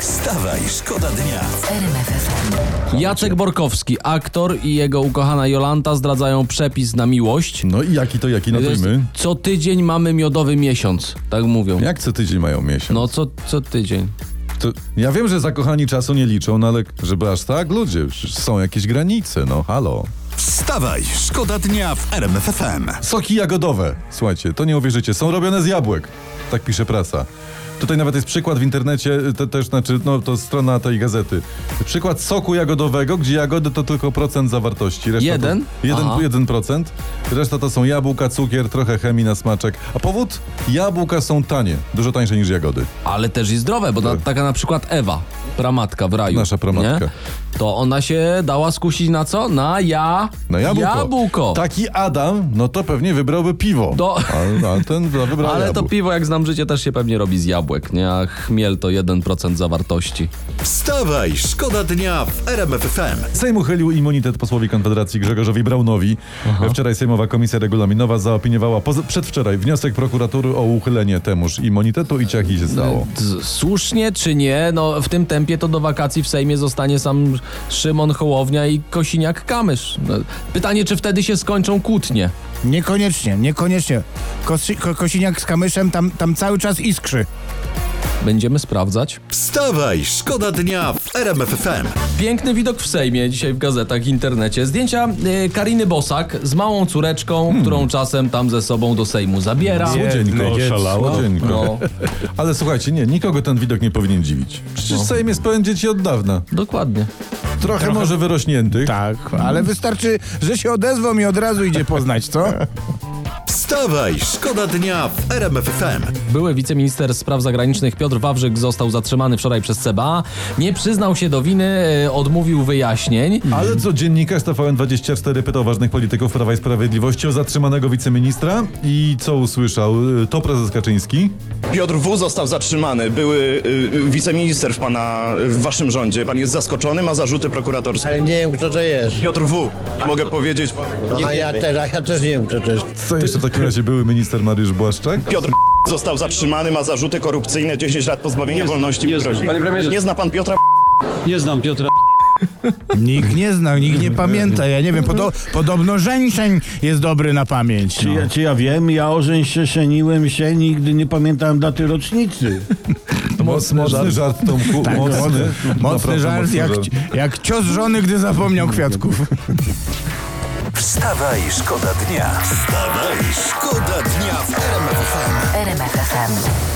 Wstawaj, szkoda dnia. Jacek Borkowski, aktor i jego ukochana Jolanta zdradzają przepis na miłość. No i jaki to jaki To jest- notujmy? Co tydzień mamy miodowy miesiąc, tak mówią. Jak co tydzień mają miesiąc? No co, co tydzień. To, ja wiem, że zakochani czasu nie liczą, no ale żeby aż tak? Ludzie, przecież są jakieś granice, no halo. Wstawaj, szkoda dnia w RMFFM. Soki jagodowe, słuchajcie, to nie uwierzycie, są robione z jabłek. Tak pisze prasa. Tutaj nawet jest przykład w internecie, to też znaczy, no to strona tej gazety. Przykład soku jagodowego, gdzie jagody to tylko procent zawartości. Reszta Jeden? To, jeden, Aha. jeden procent. Reszta to są jabłka, cukier, trochę chemii na smaczek. A powód? Jabłka są tanie, dużo tańsze niż jagody. Ale też i zdrowe, bo na, taka na przykład Ewa, pramatka w raju. Tak. Nasza pramatka. nie? To ona się dała skusić na co? Na ja... Na No, jabłko. Tak, Jabłko. Taki Adam, no to pewnie wybrałby piwo. Do- A, a ten wybrał Ale to jabłko. piwo, jak znam życie, też się pewnie robi z jabłek, nie? A chmiel to 1% zawartości. Wstawaj, szkoda dnia w RMFFM. Sejm uchylił immunitet posłowi Konfederacji Grzegorzowi Braunowi. Wczoraj Sejmowa Komisja Regulaminowa zaopiniowała poz- przedwczoraj wniosek prokuratury o uchylenie temuż immunitetu i ciach i się stało. Z- Słusznie czy nie, no w tym tempie to do wakacji w Sejmie zostanie sam Szymon Hołownia i Kosiniak-Kamysz. No, Pytanie, czy wtedy się skończą kłótnie. Niekoniecznie, niekoniecznie. Kosi, ko, kosiniak z kamyszem tam, tam cały czas iskrzy. Będziemy sprawdzać. Wstawaj, szkoda dnia w RMFFM. Piękny widok w Sejmie, dzisiaj w gazetach, w internecie. Zdjęcia y, Kariny Bosak z małą córeczką, którą czasem tam ze sobą do Sejmu zabiera. Słodzieńko, słodzieńko. No, Ale słuchajcie, nie, nikogo ten widok nie powinien dziwić. Przecież No. Sejm jest pełen dzieci od dawna. dokładnie. Trochę, może wyrośniętych. Tak, ale wystarczy, że się odezwą i od razu idzie poznać, co? Wstawaj, szkoda dnia w RMFFM. Były wiceminister spraw zagranicznych Piotr Wawrzyk został zatrzymany wczoraj przez CBA. Nie przyznał się do winy, e, odmówił wyjaśnień. Ale co dziennikarz TVN24 pytał ważnych polityków Prawa i Sprawiedliwości o zatrzymanego wiceministra i co usłyszał? Y, To prezes Kaczyński? Piotr W. został zatrzymany. Były y, y, wiceminister w pana, y, w waszym rządzie. Pan jest zaskoczony, ma zarzuty prokuratorskie. Ale nie wiem kto to jest. Piotr W. Mogę powiedzieć. A ja też, a ja też nie wiem kto to jest. Co jeszcze w takim razie były minister Mariusz Błaszczak? Piotr został zatrzymany, ma zarzuty korupcyjne, 10 lat pozbawienia wolności. nie grozi. znam. Panie premierze- nie zna pan Piotra Nie znam Piotra. Nikt nie znał, nikt nie pamięta. Ja nie wiem, podo, podobno żeńszeń jest dobry na pamięć. Czy No. Znaczy, ja, czy ja wiem? Ja ożeń się, szeniłem się, nigdy nie pamiętałem daty rocznicy. Mocny, mocny żart, Tomku. Tak, mocny, mocny, mocny Naprawdę żart, mocny jak, żart. jak cios żony, gdy zapomniał kwiatków. Wstawaj, szkoda dnia. Wstawaj, szkoda dnia w RMFFM. RMFFM.